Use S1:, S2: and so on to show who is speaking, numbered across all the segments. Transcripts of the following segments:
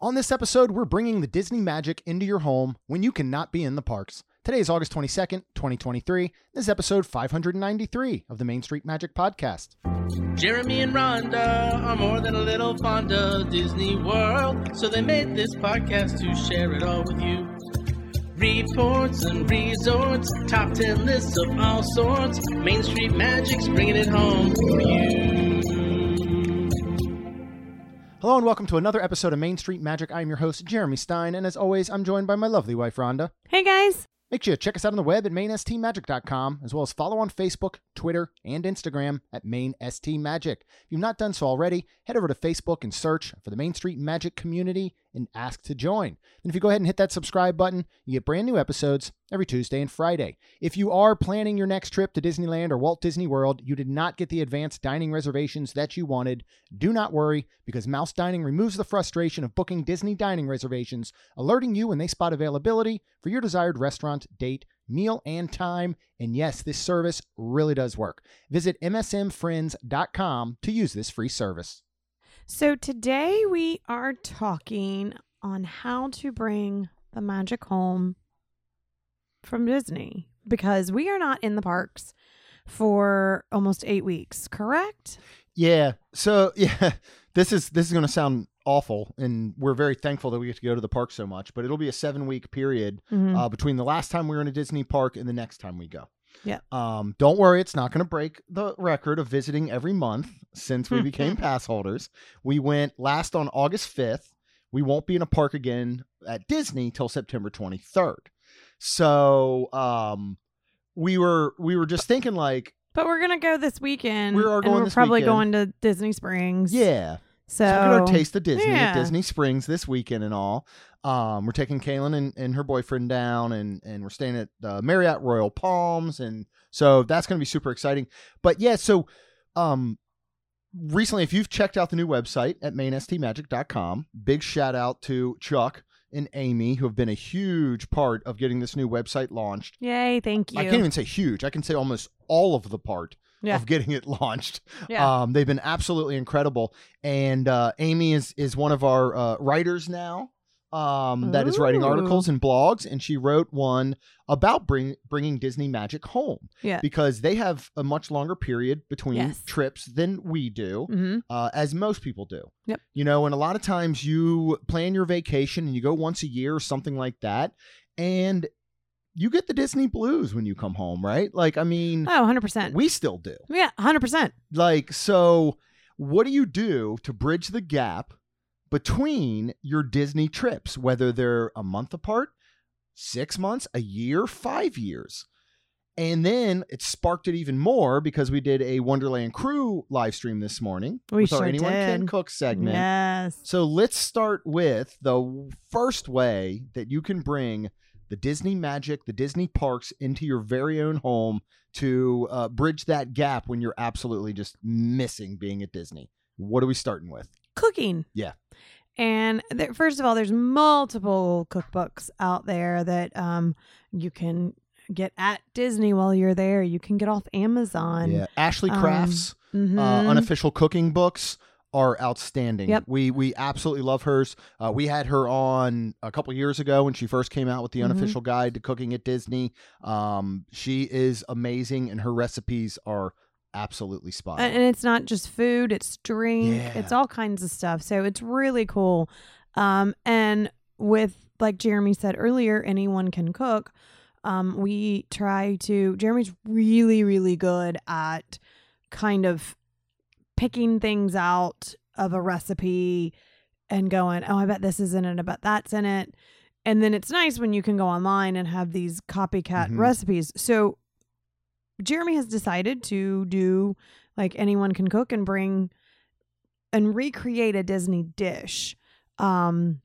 S1: On this episode, we're bringing the Disney magic into your home when you cannot be in the parks. Today is August 22nd, 2023. This is episode 593 of the Main Street Magic Podcast.
S2: Jeremy and Rhonda are more than a little fond of Disney World, so they made this podcast to share it all with you. Reports and resorts, top 10 lists of all sorts, Main Street Magic's bringing it home for you.
S1: Hello and welcome to another episode of Main Street Magic. I'm your host, Jeremy Stein, and as always, I'm joined by my lovely wife, Rhonda.
S3: Hey guys.
S1: Make sure you check us out on the web at mainstmagic.com, as well as follow on Facebook, Twitter, and Instagram at mainstmagic. If you've not done so already, head over to Facebook and search for the Main Street Magic community and ask to join. And if you go ahead and hit that subscribe button, you get brand new episodes every Tuesday and Friday. If you are planning your next trip to Disneyland or Walt Disney World, you did not get the advanced dining reservations that you wanted, do not worry because Mouse Dining removes the frustration of booking Disney dining reservations, alerting you when they spot availability for your desired restaurant, date, meal, and time. And yes, this service really does work. Visit msmfriends.com to use this free service.
S3: So today we are talking on how to bring the magic home from Disney because we are not in the parks for almost 8 weeks, correct?
S1: Yeah. So yeah, this is this is going to sound awful, and we're very thankful that we get to go to the park so much. But it'll be a seven week period
S3: Mhm.
S1: uh, between the last time we were in a Disney park and the next time we go.
S3: Yep.
S1: Um. Don't worry, it's not going to break the record of visiting every month since we became pass holders. We went last on August fifth. We won't be in a park again at Disney till September twenty third. So um, we were we were just thinking like
S3: but we're going to go this weekend.
S1: We are
S3: and
S1: going
S3: we're
S1: this
S3: probably
S1: weekend.
S3: going to Disney Springs.
S1: yeah.
S3: So,
S1: So we're gonna taste of Disney at
S3: yeah.
S1: Disney Springs this weekend and all. Um, we're taking Kaylin and, and her boyfriend down, and and we're staying at the Marriott Royal Palms, and so that's gonna be super exciting. But yeah, so um, recently, if you've checked out the new website at mainstmagic.com, big shout out to Chuck and Amy who have been a huge part of getting this new website launched.
S3: Yay, thank you.
S1: I can't even say huge. I can say almost all of the part
S3: Yeah.
S1: of getting it launched.
S3: Yeah.
S1: Um, they've been absolutely incredible, and uh, Amy is is one of our uh, writers now. Um, that is writing
S3: Ooh.
S1: articles and blogs, and she wrote one about bring, bringing Disney magic home.
S3: Yeah.
S1: because they have a much longer period between
S3: Yes.
S1: trips than we do
S3: Mhm.
S1: uh, as most people do.
S3: Yep.
S1: You know, and a lot of times you plan your vacation and you go once a year or something like that, and you get the Disney blues when you come home, right? Like, I mean,
S3: Oh, 100%.
S1: we still do.
S3: yeah, 100%.
S1: Like, so what do you do to bridge the gap between your Disney trips, whether they're a month apart, six months, a year, five years? And then it sparked it even more because we did a Wonderland Crew live stream this morning
S3: We
S1: with our
S3: sure
S1: Anyone Can
S3: did.
S1: Cook segment.
S3: Yes.
S1: So let's start with the first way that you can bring the Disney magic, the Disney parks into your very own home to uh, bridge that gap when you're absolutely just missing being at Disney. What are we starting with?
S3: cooking.
S1: Yeah.
S3: And there, first of all, there's multiple cookbooks out there that um, you can get at Disney while you're there. You can get off Amazon.
S1: yeah, Uh, Ashley
S3: um,
S1: Craft's
S3: Mhm.
S1: uh, unofficial cooking books are outstanding.
S3: Yep.
S1: We we absolutely love hers. Uh, we had her on a couple years ago when she first came out with the
S3: Mhm.
S1: unofficial guide to cooking at Disney. Um, she is amazing, and her recipes are absolutely spot
S3: A-
S1: on.
S3: and it's not just food; it's drink,
S1: Yeah.
S3: it's all kinds of stuff. So it's really cool. Um, and with like Jeremy said earlier, anyone can cook. Um, we try to. Jeremy's really, really good at kind of picking things out of a recipe and going, oh, I bet this is in it, I bet that's in it. And then it's nice when you can go online and have these copycat
S1: Mhm.
S3: recipes. So Jeremy has decided to do like anyone can cook and bring and recreate a Disney dish. Um,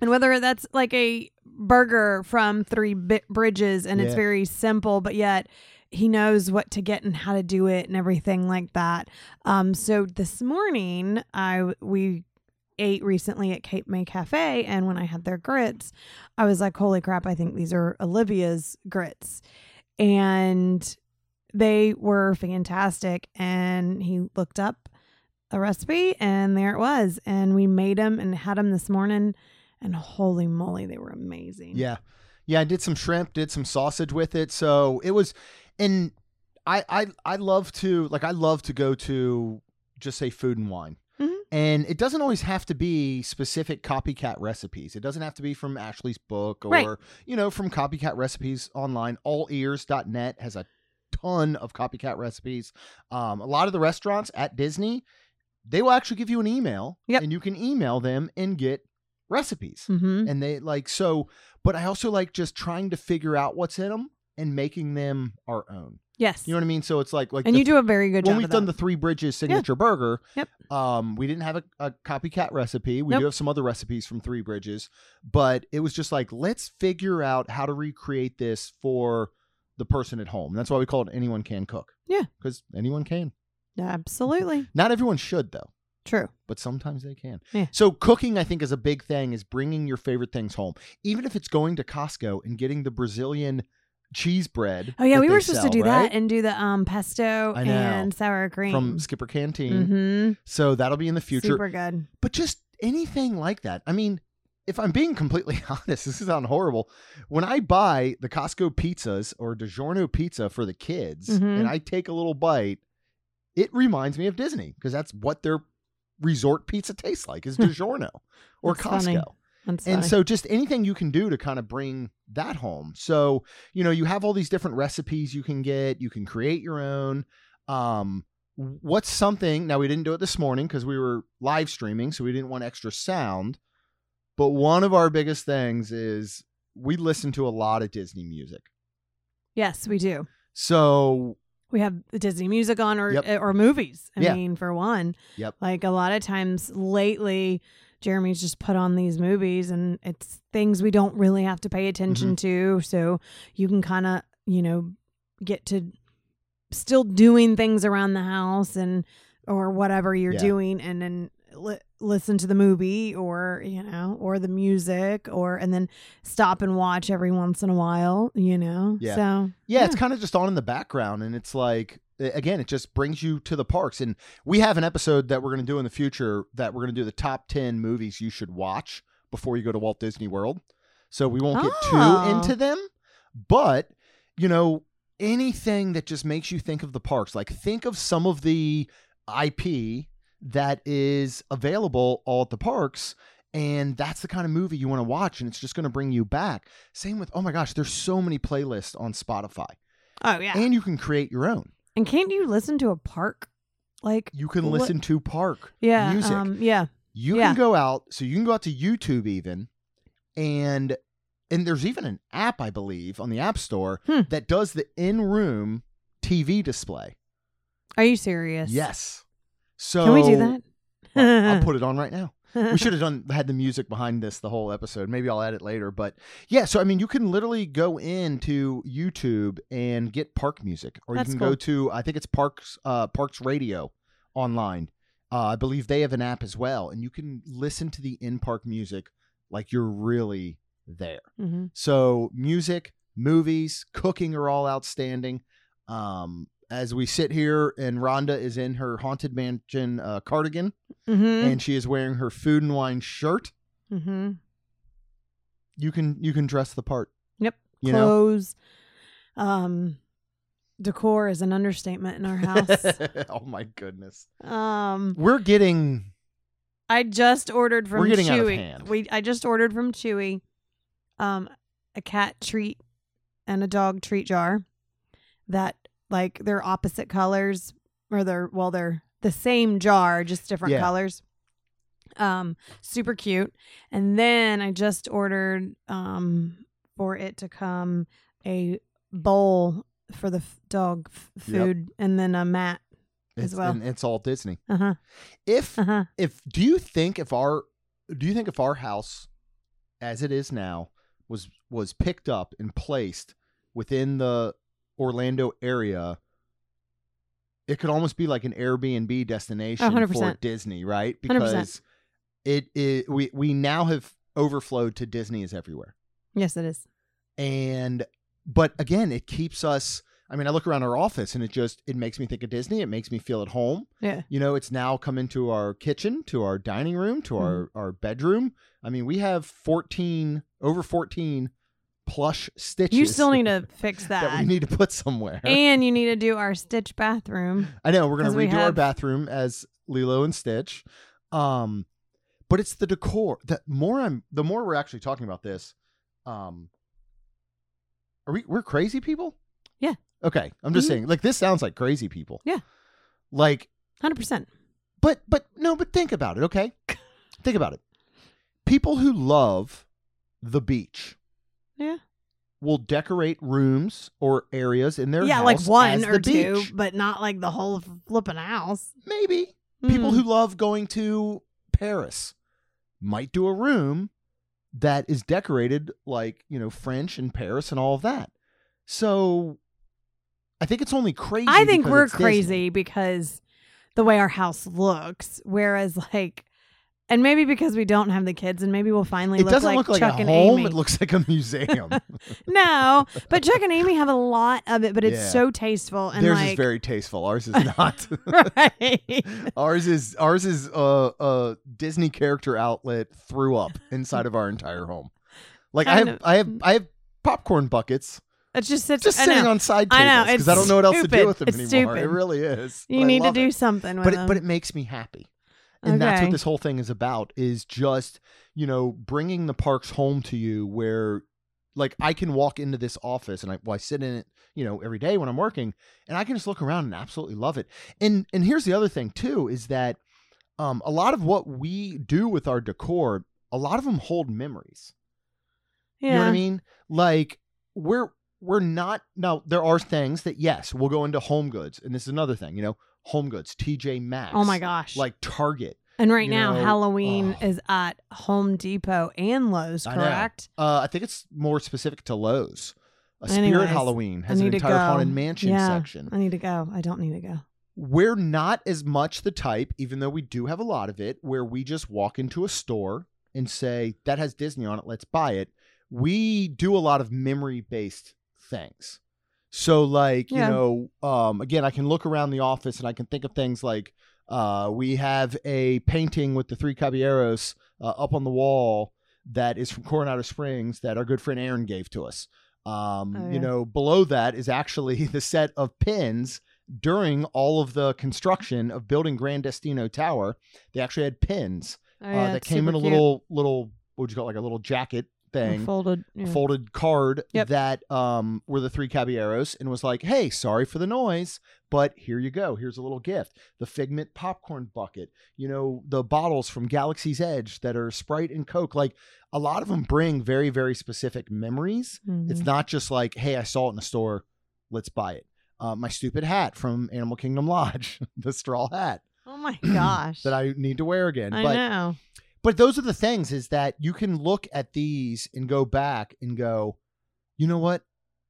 S3: and whether that's like a burger from Three Bi- Bridges and it's
S1: Yeah.
S3: very simple, but yet he knows what to get and how to do it and everything like that. Um, so this morning, I we ate recently at Cape May Cafe, and when I had their grits, I was like, "Holy crap! I think these are Olivia's grits," and they were fantastic. And he looked up a recipe, and there it was. And we made them and had them this morning, and holy moly, they were amazing.
S1: Yeah. Yeah, I did some shrimp, did some sausage with it. So it was and I I I love to like I love to go to just say food and wine.
S3: Mhm.
S1: And it doesn't always have to be specific copycat recipes. It doesn't have to be from Ashley's book or,
S3: Right.
S1: you know, from copycat recipes online. Allears.net has a ton of copycat recipes. Um, a lot of the restaurants at Disney, they will actually give you an email
S3: Yep.
S1: and you can email them and get recipes
S3: Mm-hmm.
S1: and they like so but i also like just trying to figure out what's in them and making them our own
S3: Yes.
S1: you know what i mean so it's like like
S3: and
S1: the-
S3: you do a very good
S1: when
S3: job.
S1: we've
S3: of
S1: done
S3: that.
S1: the three bridges signature burger
S3: Yep.
S1: um we didn't have a, a copycat recipe we
S3: Nope.
S1: do have some other recipes from three bridges but it was just like let's figure out how to recreate this for the person at home that's why we call it anyone can cook
S3: Yeah.
S1: because anyone can
S3: absolutely
S1: not everyone should though
S3: true.
S1: but sometimes they can.
S3: Yeah.
S1: So cooking, I think, is a big thing. Is bringing your favorite things home, even if it's going to Costco and getting the Brazilian cheese bread.
S3: Oh yeah,
S1: that
S3: we
S1: they
S3: were supposed
S1: sell,
S3: to do
S1: right?
S3: that and do the um pesto
S1: I know.
S3: and sour cream
S1: from Skipper Canteen.
S3: hmm
S1: So that'll be in the future.
S3: Super good.
S1: But just anything like that. I mean, if I'm being completely honest, this is sound horrible. When I buy the Costco pizzas or DiGiorno pizza for the kids,
S3: Mhm.
S1: and I take a little bite, it reminds me of Disney because that's what their resort pizza tastes like is DiGiorno or
S3: That's
S1: Costco.
S3: funny. That's
S1: And
S3: funny.
S1: so just anything you can do to kind of bring that home. So, you know, you have all these different recipes you can get, you can create your own. Um what's something now we didn't do it this morning cuz we were live streaming, so we didn't want extra sound. But one of our biggest things is we listen to a lot of Disney music.
S3: yes, we do.
S1: So,
S3: We have the Disney music on or eh,
S1: Yep.
S3: or movies. I
S1: Yeah.
S3: mean, for one.
S1: Yep.
S3: Like a lot of times lately, Jeremy's just put on these movies and it's things we don't really have to
S1: Mm-hmm.
S3: pay attention to. So you can kind of, you know, get to still doing things around the house and or whatever you're
S1: Yeah.
S3: doing and then li- listen to the movie or you know or the music or and then stop and watch every once in a while you know
S1: Yeah.
S3: so
S1: yeah, it's kind of just on in the background and it's like a- again, it just brings you to the parks and we have an episode that we're going to do in the future that we're going to do the top 10 movies you should watch before you go to Walt Disney World. So we won't get
S3: Oh.
S1: too into them, but you know, anything that just makes you think of the parks, like think of some of the IP that is available all at the parks and that's the kind of movie you want to watch and it's just going to bring you back. Same with oh my gosh, there's so many playlists on Spotify.
S3: oh yeah
S1: And you can create your own.
S3: And can't you listen to a park? Like
S1: You can
S3: What-
S1: listen to park
S3: yeah,
S1: music.
S3: um, yeah,
S1: you
S3: yeah.
S1: can go out, so you can go out to YouTube even, and and there's even an app I believe on the App Store
S3: Hmm.
S1: that does the in-room TV display.
S3: Are you serious?
S1: Yes. So
S3: Can we do that? Mm-hmm.
S1: Well, I'll put it on right now. we should have done had the music behind this the whole episode. Maybe I'll add it later, but yeah. So I mean, you can literally go into YouTube and get park music, or
S3: That's
S1: you can go
S3: cool.
S1: to I think it's Parks uh, Parks Radio online. Uh, I believe they have an app as well, and you can listen to the in park music like you're really there.
S3: hmm
S1: So music, movies, cooking are all outstanding. Um, as we sit here, and Rhonda is in her haunted mansion uh, cardigan
S3: hmm
S1: and she is wearing her food and wine shirt.
S3: hmm
S1: You can you can dress the part.
S3: Yep.
S1: You know.
S3: Clothes, um, decor is an understatement in our house.
S1: oh my goodness.
S3: um,
S1: We're getting
S3: I just ordered from
S1: We're getting
S3: Chewy.
S1: out of hand.
S3: We I just ordered from Chewy um a cat treat and a dog treat jar that like they're opposite colors or they're well they're the same jar just different
S1: Yeah.
S3: colors. Um super cute. And then I just ordered um for it to come a bowl for the f- dog f-
S1: Yep.
S3: food and then a mat. As
S1: it's,
S3: well.
S1: and it's all Disney.
S3: Uh-huh.
S1: If
S3: Uh-huh.
S1: if do you think if our do you think if our house as it is now was was picked up and placed within the Orlando area it could almost be like an Airbnb destination for
S3: 100%.
S1: Disney, right?
S3: 100%.
S1: Because it is we we now have overflowed to Disney is everywhere.
S3: Yes it is.
S1: and but again it keeps us I mean, I look around our office and it just it makes me think of Disney. It makes me feel at home.
S3: Yeah.
S1: You know, it's now come into our kitchen, to our dining room,
S3: Hmm.
S1: to our our bedroom. I mean, we have 14 over 14 plush stitches.
S3: You still need to fix that.
S1: that we need to put somewhere.
S3: and you need to do our stitch bathroom.
S1: I know we're gonna
S3: 'Cause we
S1: redo our
S3: have-
S1: bathroom as Lilo and Stitch, um, but it's the decor. The more I'm, the more we're actually talking about this. Um, are we? We're crazy people.
S3: Yeah.
S1: Okay. I'm just
S3: Mhm.
S1: saying. Like this sounds like crazy people.
S3: Yeah.
S1: Like,
S3: 100%.
S1: but but no, but think about it. Okay. think about it. People who love the beach.
S3: Yeah.
S1: Will decorate rooms or areas in their
S3: yeah, like
S1: house
S3: one
S1: as
S3: or
S1: the
S3: two,
S1: beach.
S3: but not like the whole flipping house.
S1: Maybe. people
S3: Mm.
S1: who love going to Paris might do a room that is decorated like, you know, French and Paris and all of that. So I think it's only crazy.
S3: I think
S1: because
S3: we're
S1: it's Disney.
S3: crazy because the way our house looks, whereas like, and maybe because we don't have the kids, and maybe we'll finally
S1: It
S3: look
S1: doesn't
S3: like
S1: look like
S3: Chuck
S1: a
S3: and
S1: home.
S3: Amy.
S1: It looks like a museum.
S3: no, but Chuck and Amy have a lot of it, but it's
S1: Yeah.
S3: so tasteful and
S1: Theirs
S3: like
S1: is very tasteful. Ours is not.
S3: right.
S1: ours is ours is a, a Disney character outlet threw up inside of our entire home. Like I
S3: I
S1: have
S3: know.
S1: I have I have popcorn buckets
S3: It's just such.
S1: just
S3: I
S1: sitting
S3: know.
S1: on side
S3: I know,
S1: tables because I,
S3: it's
S1: don't know what else to do
S3: stupid.
S1: with them
S3: It's
S1: anymore. It
S3: stupid.
S1: really is.
S3: you
S1: but I
S3: need to
S1: love
S3: do
S1: it.
S3: something with
S1: but
S3: them.
S1: it, but it makes me happy, and that's what
S3: Okay.
S1: this whole thing is about. Is just you know bringing the parks home to you, where like I can walk into this office and I well I sit in it you know every day when I'm working, and I can just look around and absolutely love it. And and here's the other thing too is that um, a lot of what we do with our decor, a lot of them hold memories.
S3: yeah.
S1: You know what I mean? Like we're we're not now there are things that yes, we'll go into home goods. And this is another thing, you know, home goods, TJ Maxx.
S3: Oh my gosh!
S1: Like Target.
S3: and right
S1: you
S3: now,
S1: know,
S3: Halloween
S1: oh.
S3: is at Home Depot and Lowe's,
S1: I know.
S3: correct?
S1: Uh I think it's more specific to Lowe's. A Spirit
S3: Anyways,
S1: Halloween
S3: I
S1: has an
S3: need to
S1: entire
S3: go.
S1: haunted mansion
S3: Yeah.
S1: section.
S3: I need to go. I don't need to
S1: Uh,
S3: go.
S1: We're not as much the type, even though we do have a lot of it, where we just walk into a store and say, that has Disney on it, let's buy it. We do a lot of memory based things. So like,
S3: Yeah.
S1: you know, um again, I can look around the office and I can think of things like uh we have a painting with the three caballeros uh, up on the wall that is from Coronado Springs that our good friend Aaron gave to us. Um
S3: Oh,
S1: you
S3: yeah.
S1: know, below that is actually the set of pins during all of the construction of building Grandestino Tower. They actually had pins
S3: Oh,
S1: uh,
S3: yeah,
S1: that
S3: it's
S1: came in
S3: super
S1: a
S3: cute.
S1: little little what would you call it, like a little jacket thing
S3: folded. yeah.
S1: folded card
S3: Mm. Yep.
S1: that um were the three caballeros and was like, "Hey, sorry for the noise, but here you go. Here's a little gift. The Figment popcorn bucket. You know, the bottles from Galaxy's Edge that are Sprite and Coke. Like a lot of them bring very very specific memories.
S3: Mhm.
S1: It's not just like, "Hey, I saw it in a store. Let's buy it." Uh, my stupid hat from Animal Kingdom Lodge, the straw hat
S3: oh my gosh!
S1: that I need to wear again.
S3: I
S1: but
S3: know.
S1: but those are the things is that you can look at these and go back and go, you know what?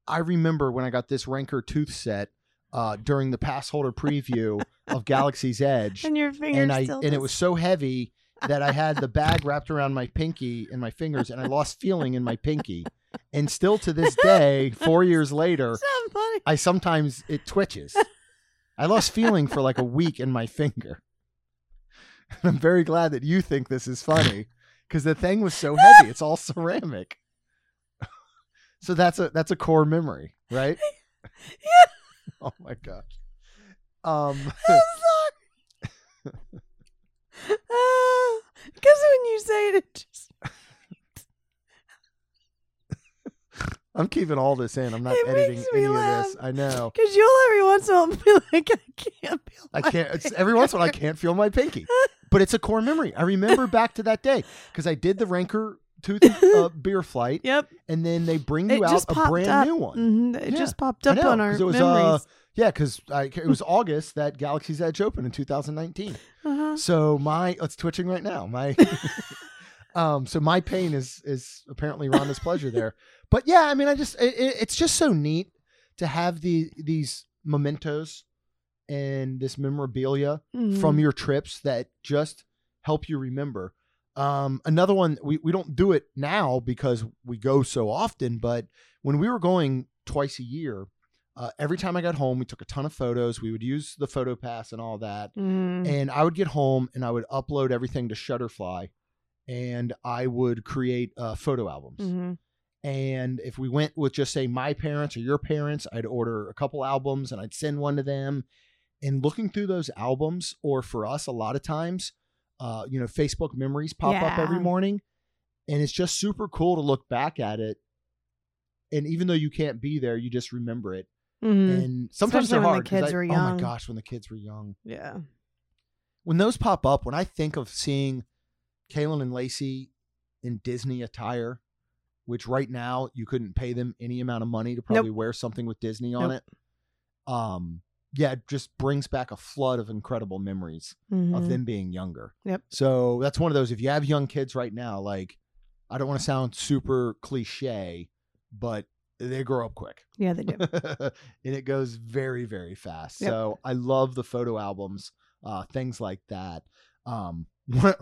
S1: I remember when I got this Ranker tooth set uh, during the pass holder preview of Galaxy's Edge,
S3: And your fingers
S1: and I
S3: still.
S1: and it was so heavy that I had the bag wrapped around my pinky and my fingers, and I lost feeling in my pinky, and still to this day, four years later,
S3: somebody.
S1: I sometimes it twitches. I lost feeling for like a week in my finger. And I'm very glad that you think this is funny because the thing was so heavy. It's all ceramic. so that's a that's a core memory, right? oh my gosh. Um
S3: I'm sorry. Because when you say it, it just
S1: I'm keeping all this in. I'm not
S3: It
S1: editing
S3: makes me
S1: any
S3: laugh.
S1: of this. I know.
S3: because you'll every once in a while be like, I can't be.
S1: I can't. It's, every once in a while, I can't feel my pinky, but it's a core memory. I remember back to that day because I did the Ranker Tooth uh, beer flight,
S3: Yep.
S1: and then they bring you
S3: It
S1: out
S3: just
S1: a
S3: popped
S1: brand
S3: up.
S1: new one.
S3: hmm It
S1: Yeah,
S3: just popped
S1: I
S3: up
S1: know,
S3: on our
S1: 'cause it was,
S3: memories.
S1: Yeah, because it was August that Galaxy's Edge opened in 2019.
S3: Uh-huh.
S1: So my it's twitching right now. My um, so my pain is is apparently Rhonda's pleasure there. But yeah, I mean, I just it, it, it's just so neat to have the these mementos and this memorabilia from
S3: Mm.
S1: your trips that just help you remember. Um, another one we, we don't do it now because we go so often, but when we were going twice a year, Uh, every time I got home, we took a ton of photos. We would use the photo pass and all that.
S3: Mm.
S1: And I would get home and I would upload everything to Shutterfly and I would create uh, photo albums.
S3: Mhm.
S1: And if we went with just say my parents or your parents, I'd order a couple albums and I'd send one to them. And looking through those albums, or for us, a lot of times, uh, you know, Facebook memories pop up
S3: Yeah.
S1: every morning. And it's just super cool to look back at it. And even though you can't be there, you just remember it.
S3: Mhm.
S1: And sometimes
S3: Especially
S1: they're
S3: when the
S1: hard. 'cause
S3: kids
S1: I-
S3: were
S1: Oh
S3: young.
S1: my gosh, when the kids were young.
S3: Yeah.
S1: When those pop up, when I think of seeing Kalen and Lacey in Disney attire, which right now you couldn't pay them any amount of money to probably wear something with Disney on
S3: Nope.
S1: it. Um, yeah, it just brings back a flood of incredible memories
S3: Mhm.
S1: of them being younger.
S3: Yep.
S1: So that's one of those. If you have young kids right now, like I don't want to sound super cliche, but they grow up quick.
S3: Yeah, they do.
S1: and it goes very very fast
S3: Yep.
S1: so i love the photo albums uh things like that um one,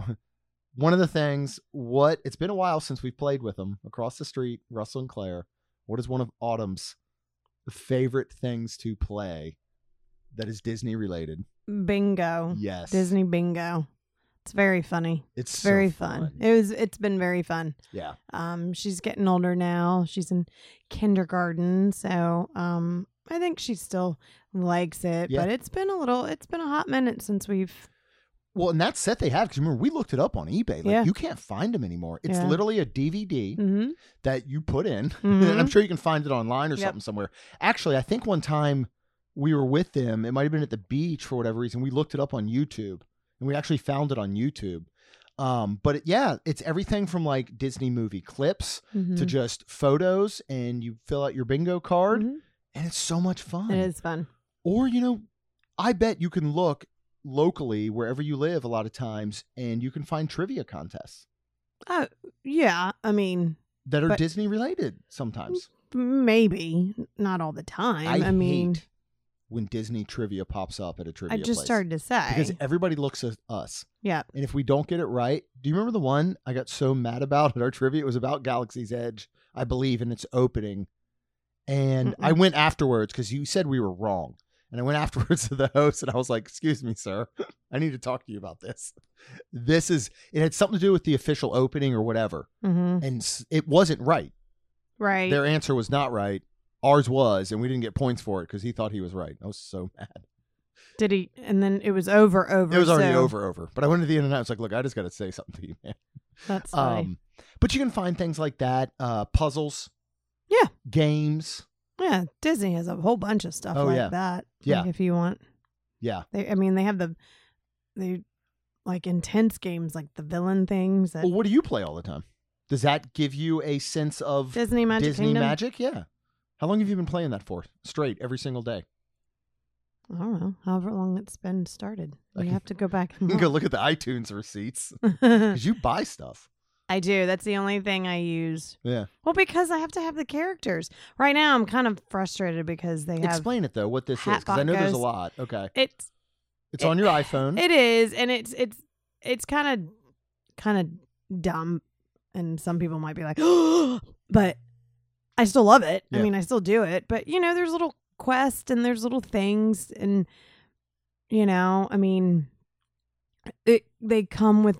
S1: one of the things what it's been a while since we've played with them across the street russell and claire what is one of autumn's favorite things to play that is disney related
S3: Bingo.
S1: yes
S3: Mm, Disney bingo. It's very funny.
S1: it's
S3: It's
S1: so
S3: very fun. It was it's been very fun.
S1: yeah
S3: Um she's getting older now. She's in kindergarten, so um I think she still likes it,
S1: Yeah.
S3: but it's been a little it's been a hot minute since we've
S1: well and that set they have because remember we looked it up on ebay like
S3: Yeah.
S1: you can't find them anymore it's
S3: Yeah.
S1: literally a dvd
S3: Mhm.
S1: that you put in.
S3: Mhm.
S1: and I'm sure you can find it online or
S3: Yep.
S1: something somewhere. Actually, I think one time we were with them, it might have been at the beach for whatever reason. We looked it up on YouTube and we actually found it on YouTube. Um, but it, yeah, it's everything from like Disney movie clips
S3: Mhm.
S1: to just photos, and you fill out your bingo card,
S3: Mhm.
S1: and it's so much fun.
S3: It is fun.
S1: Or, you know, I bet you can look locally wherever you live a lot of times and you can find trivia contests
S3: Yeah, I mean,
S1: that are
S3: But-
S1: Disney related sometimes.
S3: maybe not all the time. I, mean,
S1: hate when Disney trivia pops up at a trivia.
S3: I just
S1: place.
S3: started to say.
S1: because everybody looks at us,
S3: yeah.
S1: and if we don't get it right, do you remember the one I got so mad about at our trivia? It was about Galaxy's Edge, I believe, and its opening. And I went afterwards because you said we were wrong. And I went afterwards to the host and I was like, Excuse me, sir, I need to talk to you about this. This is, it had something to do with the official opening or whatever.
S3: Mhm.
S1: And s- it wasn't right.
S3: Right.
S1: Their answer was not right. Ours was, and we didn't get points for it because he thought he was right. I was so mad.
S3: Did he? And then it was over. Over.
S1: It was already
S3: so
S1: over, over. But I went to the internet. I was like, look, I just got to say something to you, man.
S3: That's funny.
S1: Um, but you can find things like that, uh, puzzles,
S3: Yeah.
S1: games,
S3: Yeah, Disney has a whole bunch of stuff
S1: Oh,
S3: like
S1: yeah.
S3: that.
S1: Yeah.
S3: like if you want,
S1: yeah.
S3: they. I mean, they have the they like intense games like the villain things that
S1: Well, what do you play all the time? Does that give you a sense of
S3: Disney Magic
S1: Disney
S3: Kingdom.
S1: magic? Yeah. How long have you been playing that for? Straight every single day.
S3: I don't know, however long it's been started.
S1: I
S3: You
S1: can-
S3: have to go back. And
S1: You can go
S3: look.
S1: look at the iTunes receipts because you buy stuff.
S3: I do. That's the only thing I use.
S1: Yeah.
S3: Well, because I have to have the characters. Right now, I'm kind of frustrated because they have
S1: Explain it though, what this is, because I
S3: Hatbot
S1: know there's a
S3: Ghost.
S1: lot. Okay,
S3: it's
S1: it's on your iPhone.
S3: It is, and it's it's it's kind of kind of dumb, and some people might be like, but I still love it.
S1: Yeah.
S3: I mean, I still do it, but you know, there's little quests and there's little things, and you know, I mean, it they come with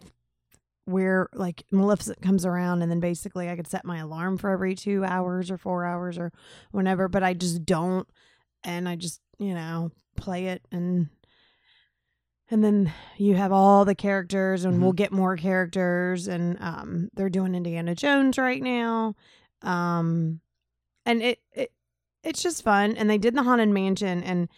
S3: where like Maleficent comes around, and then basically I could set my alarm for every two hours or four hours or whenever, but I just don't, and I just you know play it and and then you have all the characters and
S1: Mm-hmm.
S3: we'll get more characters and um they're doing Indiana Jones right now um and it it it's just fun and they did the haunted mansion and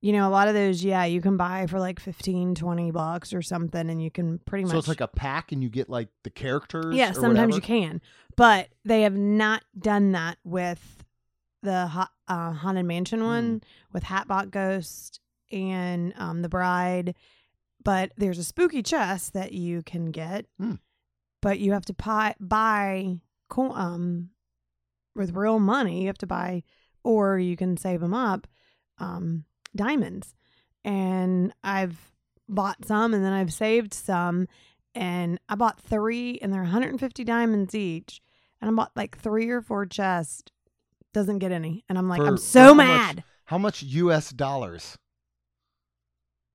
S3: you know a lot of those yeah you can buy for like 15 20 bucks or something and you can pretty much
S1: So it's like a pack, and you get like the characters.
S3: yeah
S1: or
S3: sometimes
S1: whatever?
S3: you can but they have not done that with the ha- uh, haunted mansion one
S1: Hmm.
S3: with hatbot ghost and um, the bride but there's a spooky chest that you can get
S1: Hmm.
S3: but you have to pi- buy co- um, with real money you have to buy or you can save them up um, diamonds and i've bought some and then i've saved some and i bought three and they're 150 diamonds each and i bought like three or four chests doesn't get any. And I'm like,
S1: For-
S3: I'm
S1: for
S3: so
S1: how much?
S3: mad.
S1: How much US dollars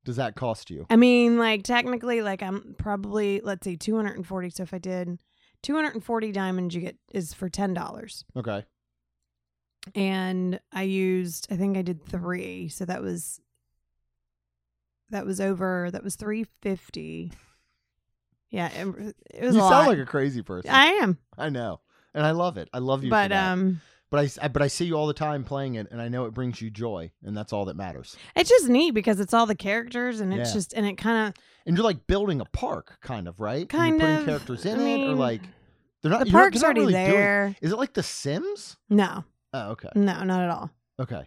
S1: does that cost you?
S3: I mean, like technically, like I'm probably let's see, 240. So if I did 240 diamonds, you get is for ten dollars,
S1: Okay.
S3: and I used I think I did three, so that was that was over that was 350. Yeah, it, it
S1: You
S3: was. a
S1: sound
S3: lot.
S1: like a crazy person. I,
S3: I am,
S1: know. And I love it. I love you. for
S3: but
S1: that.
S3: um,
S1: but I s- I, but I see you all the time playing it and I know it brings you joy and that's all that matters.
S3: it's just neat because it's all the characters, and it's
S1: Yeah.
S3: just and it kind of
S1: And you're like building a park kind of, right? And
S3: Kind
S1: you're putting
S3: of.
S1: characters in
S3: I
S1: it or
S3: mean,
S1: like they're not
S3: the
S1: you're not-
S3: park's
S1: they're not
S3: already
S1: really doing-
S3: there.
S1: Is it like the Sims?
S3: No,
S1: Oh, okay.
S3: no, not at all.
S1: Okay.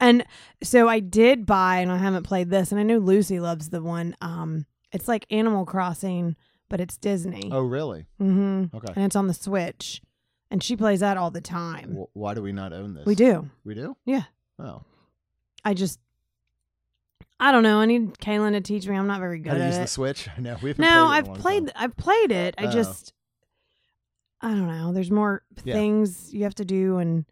S3: And so I did buy, and I haven't played this, and I know Lucy loves the one. Um, it's like Animal Crossing, but it's Disney.
S1: Oh, really?
S3: hmm
S1: Okay.
S3: And it's on the Switch, and she plays that all the time.
S1: Wh- why do we not own this?
S3: We do.
S1: We do?
S3: Yeah.
S1: Oh.
S3: I just, I don't know. I need Kaylin to teach me. I'm not very good
S1: How to
S3: at
S1: use
S3: it.
S1: the Switch? No, we haven't played it in
S3: no,
S1: a
S3: I've
S1: long
S3: played.
S1: time.
S3: I've played it. I
S1: Oh.
S3: just, I don't know. There's more
S1: Yeah.
S3: things you have to do, and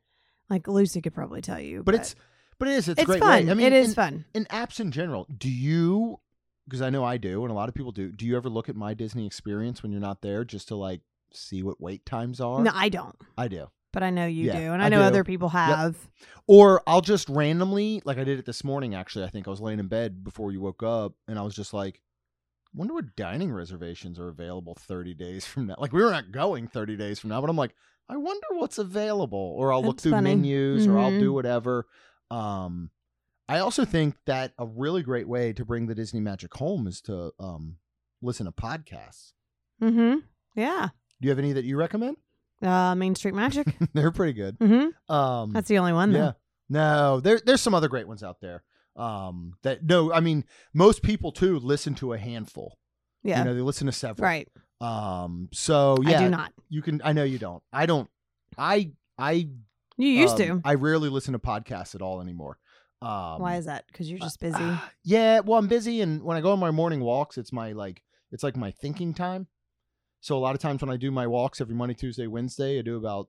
S3: like Lucy could probably tell you.
S1: But it's but it is it's, a
S3: it's
S1: great.
S3: fun.
S1: Way. I mean,
S3: it is
S1: in,
S3: fun.
S1: in apps in general. Do you? Because I know I do, and a lot of people do. Do you ever look at my Disney experience when you're not there, just to like see what wait times are?
S3: No, I don't.
S1: I do.
S3: But I know you
S1: Yeah,
S3: do, and I,
S1: I
S3: know
S1: do.
S3: other people have.
S1: Or I'll just randomly, like I did it this morning. Actually, I think I was laying in bed before you woke up, and I was just like. Wonder what dining reservations are available 30 days from now. Like we were not going 30 days from now, but I'm like, I wonder what's available. Or I'll look
S3: That's
S1: through
S3: funny.
S1: menus, or I'll
S3: Mhm.
S1: do whatever. Um, I also think that a really great way to bring the Disney magic home is to um, listen to podcasts.
S3: Mm-hmm. Yeah.
S1: Do you have any that you recommend?
S3: Uh, Main Street Magic.
S1: They're pretty good.
S3: mm-hmm.
S1: Um,
S3: That's the only one.
S1: yeah. No, there, there's some other great ones out there. Um, that no, I mean, most people too listen to a handful.
S3: Though. Yeah.
S1: You know, they listen to several.
S3: right.
S1: Um, so yeah,
S3: I do not.
S1: you can. I know you don't. I don't. I I
S3: You used
S1: um, I rarely listen to podcasts at all anymore. Um,
S3: to. Why is that? Because you're just busy.
S1: yeah, well, I'm busy, and when I go on my morning walks, it's my like it's like my thinking time. So a lot of times when I do my walks every Monday, Tuesday, Wednesday, I do about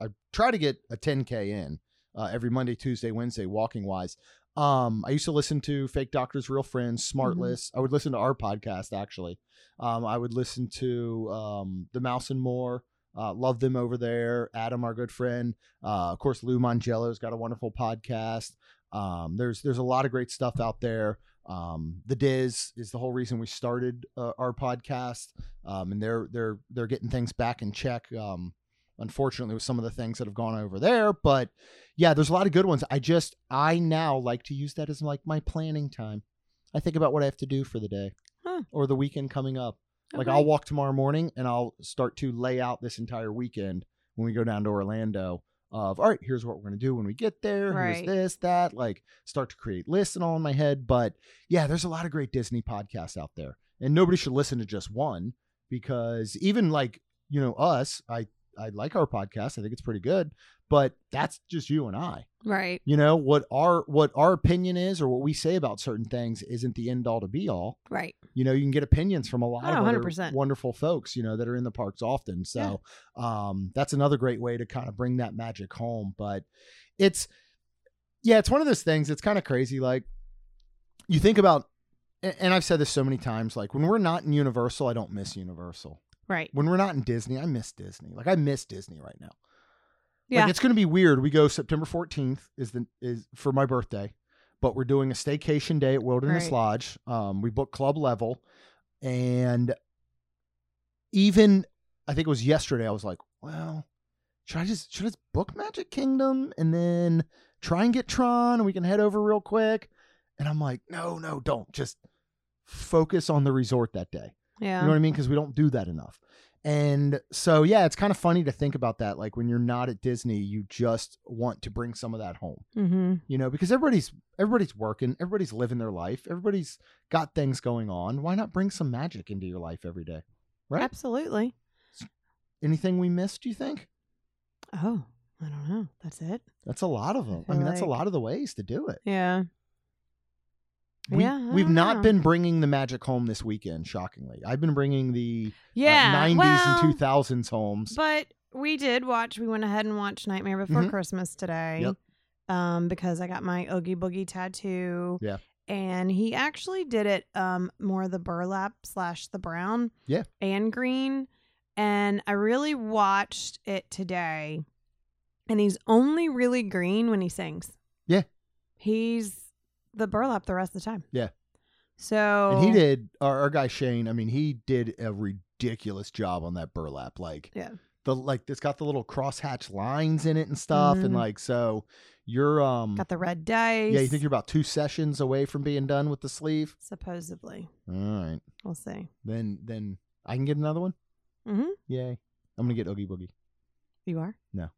S1: I try to get a 10k in uh, every Monday, Tuesday, Wednesday, walking wise. Um, I used to listen to Fake Doctors, Real Friends, Smart
S3: Mhm.
S1: List. I would listen to our podcast actually. Um, I would listen to um, The Mouse and More. Uh, love them over there. Adam, our good friend. Uh, of course, Lou Mangello's got a wonderful podcast. Um, there's there's a lot of great stuff out there. Um, the Diz is the whole reason we started uh, our podcast, um, and they're they're they're getting things back in check. Um, unfortunately, with some of the things that have gone over there, but yeah, there's a lot of good ones. I just I now like to use that as like my planning time. I think about what I have to do for the day
S3: Huh.
S1: or the weekend coming up. Like
S3: Okay.
S1: I'll walk tomorrow morning and I'll start to lay out this entire weekend when we go down to Orlando of all right, here's what we're gonna do when we get there,
S3: Right.
S1: here's this, that, like start to create lists and all in my head. But yeah, there's a lot of great Disney podcasts out there. And nobody should listen to just one because even like, you know, us, I I like our podcast. I think it's pretty good, but that's just you and I
S3: Right.
S1: you know what our what our opinion is or what we say about certain things isn't the end all to be all
S3: Right.
S1: you know you can get opinions from a lot
S3: Oh,
S1: of other
S3: 100%.
S1: wonderful folks you know that are in the parks often so um that's another great way to kind of bring that magic home but it's yeah it's one of those things it's kind of crazy like you think about a- and i've said this so many times like when we're not in universal i don't miss universal
S3: Right.
S1: when we're not in disney i miss disney like i miss disney right now
S3: Yeah.
S1: like it's going to be weird. We go September 14th is the is for my birthday, but we're doing a staycation day at Wilderness
S3: Right.
S1: Lodge. Um we booked club level and even I think it was yesterday I was like, well, should I just should I just book Magic Kingdom and then try and get Tron and we can head over real quick? And I'm like, no, no, don't. Just focus on the resort that day.
S3: yeah.
S1: You know what I mean? Because we don't do that enough. And so, yeah, it's kind of funny to think about that. Like when you're not at Disney, you just want to bring some of that home,
S3: mm-hmm.
S1: you know, because everybody's everybody's working, everybody's living their life, everybody's got things going on. Why not bring some magic into your life every day? Right?
S3: Absolutely.
S1: Anything we missed? Do you think?
S3: Oh, I don't know. That's it.
S1: That's a lot of them. I,
S3: feel
S1: mean, that's a
S3: like-
S1: lot of the ways to do it.
S3: Yeah.
S1: We,
S3: Yeah, I
S1: we've
S3: don't
S1: not
S3: know.
S1: been bringing the magic home this weekend, shockingly. I've been bringing the uh,
S3: Yeah.
S1: 90s
S3: well,
S1: and 2000s homes.
S3: But we did watch. We went ahead and watched Nightmare Before
S1: Mhm.
S3: Christmas today.
S1: Yep.
S3: Um, because I got my Oogie Boogie tattoo.
S1: Yeah.
S3: And he actually did it um more the burlap slash the brown.
S1: Yeah.
S3: And green. And I really watched it today. And he's only really green when he sings.
S1: Yeah.
S3: He's the burlap the rest of the time.
S1: Yeah.
S3: So
S1: And he did our, our guy Shane. I mean, he did a ridiculous job on that burlap. Like,
S3: Yeah.
S1: the like it's got the little crosshatch lines in it and stuff, and
S3: Mhm.
S1: like so you're um
S3: got the red dice.
S1: yeah you think you're about two sessions away from being done with the sleeve.
S3: supposedly.
S1: All right,
S3: We'll see.
S1: then then I can get another one.
S3: Mm-hmm.
S1: Yay! I'm gonna get Oogie Boogie.
S3: You are?
S1: No.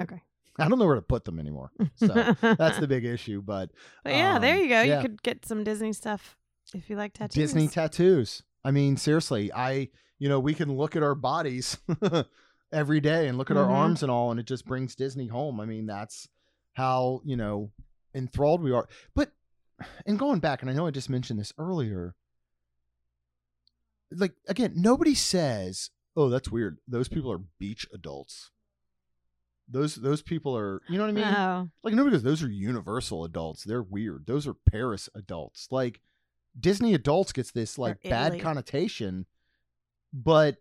S3: Okay.
S1: I don't know where to put them anymore, so that's the big issue. But
S3: But yeah, there
S1: um,
S3: you go.
S1: yeah.
S3: You could get some Disney stuff if you like tattoos.
S1: Disney tattoos. I mean, seriously, I you know we can look at our bodies every day and look at our
S3: Mhm.
S1: arms and all, and it just brings Disney home. I mean, that's how you know enthralled we are. But and going back, and I know I just mentioned this earlier. Like again, nobody says, "Oh, that's weird." Those people are beach adults. Those those people are, you know what I mean?
S3: oh,
S1: Like nobody goes, those are universal adults. They're weird. Those are Paris adults. Like Disney adults gets this like bad
S3: Italy.
S1: connotation. But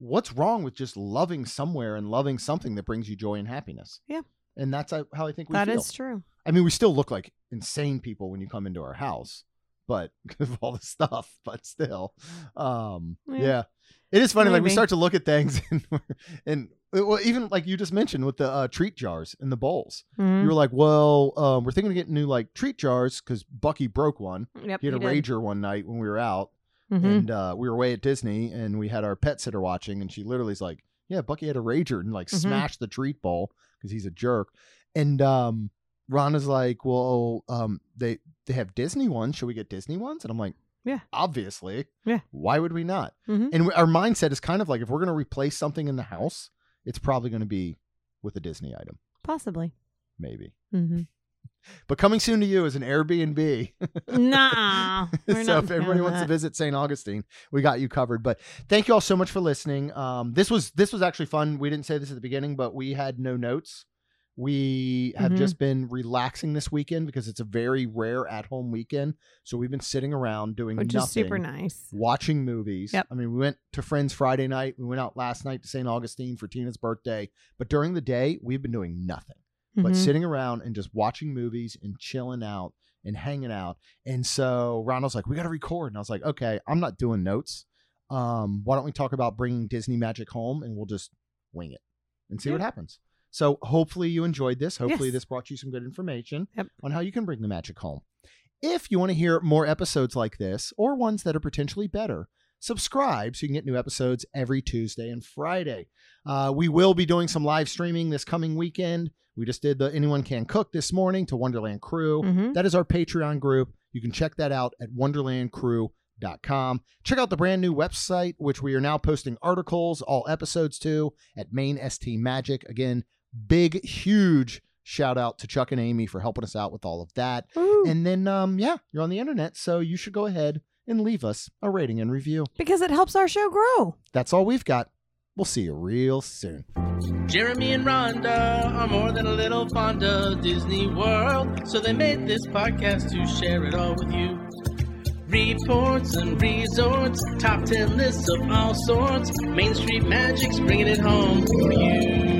S1: what's wrong with just loving somewhere and loving something that brings you joy and happiness?
S3: Yeah.
S1: And that's uh, how I think we
S3: that
S1: feel.
S3: is true.
S1: I mean, we still look like insane people when you come into our house, but because of all the stuff, but still, um, yeah.
S3: Yeah.
S1: It is funny. Like we
S3: Maybe.
S1: start to look at things and, we're- and well, even like you just mentioned with the uh, treat jars and the bowls, you
S3: Mm-hmm.
S1: were like, well, um, we're thinking of getting new like treat jars because Bucky broke one.
S3: Yep.
S1: He had
S3: you
S1: a
S3: did.
S1: rager one night when we were out
S3: Mhm.
S1: and uh, we were away at Disney and we had our pet sitter watching, and she literally's like, "Yeah, Bucky had a rager and like
S3: Mhm.
S1: smashed the treat bowl because he's a jerk." And um, Rhonda's like, "Well, um, they they have Disney ones. Should we get Disney ones?" And I'm like,
S3: Yeah.
S1: obviously.
S3: Yeah.
S1: why would we not?"
S3: Mhm.
S1: And we, our mindset is kind of like if we're gonna replace something in the house, it's probably gonna be with a Disney item,
S3: Possibly.
S1: maybe.
S3: Mm-hmm.
S1: But coming soon to you is an Airbnb.
S3: nah. We're
S1: so
S3: not
S1: if everybody
S3: doing
S1: wants to
S3: that.
S1: visit St. Augustine, we got you covered. But thank you all so much for listening. Um, this was this was actually fun. We didn't say this at the beginning, but we had no notes. We have
S3: Mhm.
S1: just been relaxing this weekend because it's a very rare at home weekend. So we've been sitting around doing
S3: which
S1: nothing,
S3: is super nice.
S1: watching movies.
S3: Yep.
S1: I mean, we went to friends Friday night. We went out last night to St. Augustine for Tina's birthday. But during the day, we've been doing nothing but
S3: Mhm.
S1: sitting around and just watching movies and chilling out and hanging out. And so Ronald's like, we got to record. And I was like, okay, I'm not doing notes. Um, why don't we talk about bringing Disney Magic home and we'll just wing it and see what
S3: Yeah.
S1: happens. So hopefully you enjoyed this. Hopefully
S3: Yes.
S1: this brought you some good information
S3: Yep.
S1: on how you can bring the magic home. If you want to hear more episodes like this or ones that are potentially better, subscribe so you can get new episodes every Tuesday and Friday. Uh, we will be doing some live streaming this coming weekend. We just did the Anyone Can Cook this morning to Wonderland Crew.
S3: Mhm.
S1: That is our Patreon group. You can check that out at wonderlandcrew.com. Check out the brand new website, which we are now posting articles, all episodes to, at Main ST Magic. Again, big, huge shout out to Chuck and Amy for helping us out with all of that.
S3: Woo.
S1: And then, um, yeah, you're on the internet, so you should go ahead and leave us a rating and review.
S3: because it helps our show grow.
S1: That's all we've got. We'll see you real soon.
S2: Jeremy and Rhonda are more than a little fond of Disney World, so they made this podcast to share it all with you. Reports and resorts, top 10 lists of all sorts, Main Street Magic's bringing it home for you.